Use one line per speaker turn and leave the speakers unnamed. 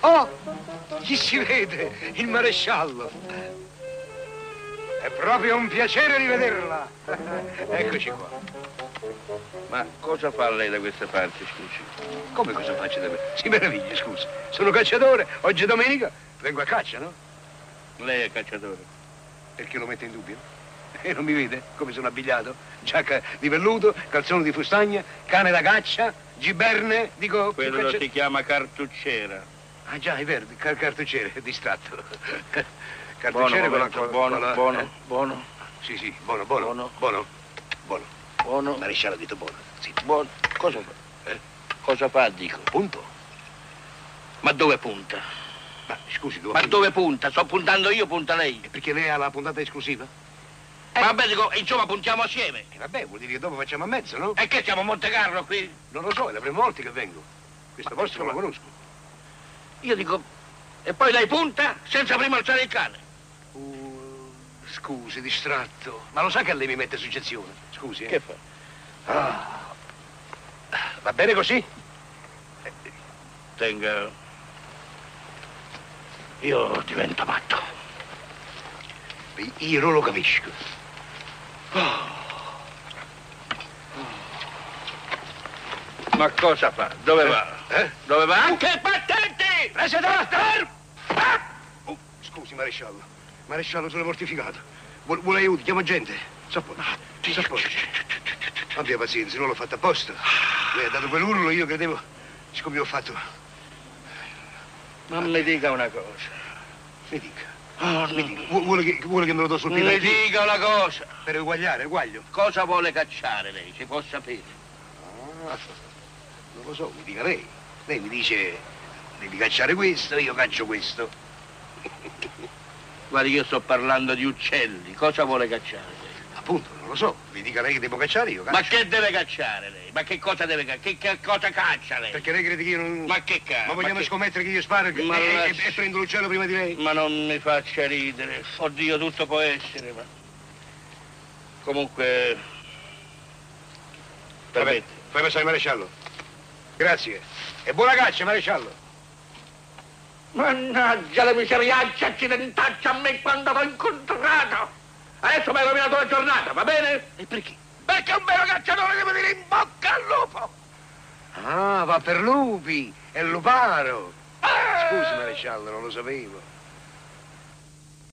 Oh, vede, il maresciallo. È proprio un piacere rivederla. Eccoci qua.
Ma cosa fa lei da queste parti, scusi?
Come cosa faccio da me? Si meraviglia, scusi. Sono cacciatore, oggi è domenica, vengo a caccia, no?
Lei è cacciatore.
Perché lo mette in dubbio? E non mi vede come sono abbigliato? Giacca di velluto, calzone di fustagna, cane da caccia, giberne, dico...
Quello
caccia-
si chiama cartucciera.
Ah già, è vero, car- cartucciere, è distratto.
Buono,
Cartucciere con la-
momento,
con
buono,
la-
buono,
eh,
buono,
Sì, sì, buono, buono, buono,
Buono.
buono.
buono,
Il maresciallo ha detto buono, sì,
buono. Cosa fa?
Eh?
Cosa fa, dico?
punto.
Ma dove punta?
Ma scusi, dove...
Ma dove punta? Sto puntando io, punta lei.
Perché lei ha la puntata esclusiva? Eh.
Vabbè, dico, insomma, puntiamo assieme.
E Eh, vabbè, vuol dire che dopo facciamo a mezzo, no?
E che siamo a Monte Carlo qui?
Non lo so, è la prima volta che vengo. Questo
Ma
posto non lo
insomma-
conosco.
Io dico, e poi lei punta senza prima alzare il cane.
Uh, scusi, distratto. Ma lo sa che a lei mi mette suggezione? Scusi, eh.
fa?
Ah. Va bene così?
Tenga. Io divento matto.
Io non lo capisco.
Ma cosa fa? Dove
va? Eh?
Dove va? Anche battenti!
Prese da Oh, scusi, maresciallo. Maresciallo, sono mortificato. Vuole, vuole aiuto, chiamo gente. S'appoggio.
Ah,
S'appoggio. Abbia pazienza, non l'ho fatto apposta. Lei ha dato quell'urlo, io credevo... Siccome ho fatto...
Ma mi dica una cosa.
Mi dica.
Oh, mi
Vu- Vuole che, vuole che me lo do sul
Mi
dito?
dica una cosa.
Per uguagliare, uguaglio.
Cosa vuole cacciare lei? Si può sapere.
Non lo so, mi dica lei. Lei mi dice devi cacciare questo, io caccio questo.
Guarda, io sto parlando di uccelli. Cosa vuole cacciare lei?
Appunto, non lo so. Mi dica lei che devo cacciare, io caccio.
Ma che deve cacciare lei? Ma che cosa deve cacciare? Che, che cosa caccia lei?
Perché lei crede che io non...
Ma che cazzo?
Ma vogliamo
che-
scommettere che io sparo e-
Ma
e, e-
lasci-
e prendo l'uccello prima di lei?
Ma non mi faccia ridere. Oddio, tutto può essere, ma... Comunque...
Vabbè,
Permette.
fai passare il maresciallo. Grazie. E buona caccia, maresciallo.
Mannaggia la miseriaccia accidentaccia a me quando l'ho incontrato! Adesso mi hai rovinato la giornata, va bene?
E perché?
Perché un vero cacciatore deve dire in bocca al lupo!
Ah, va per lupi. È luparo.
Ah!
Scusi, maresciallo, non lo sapevo.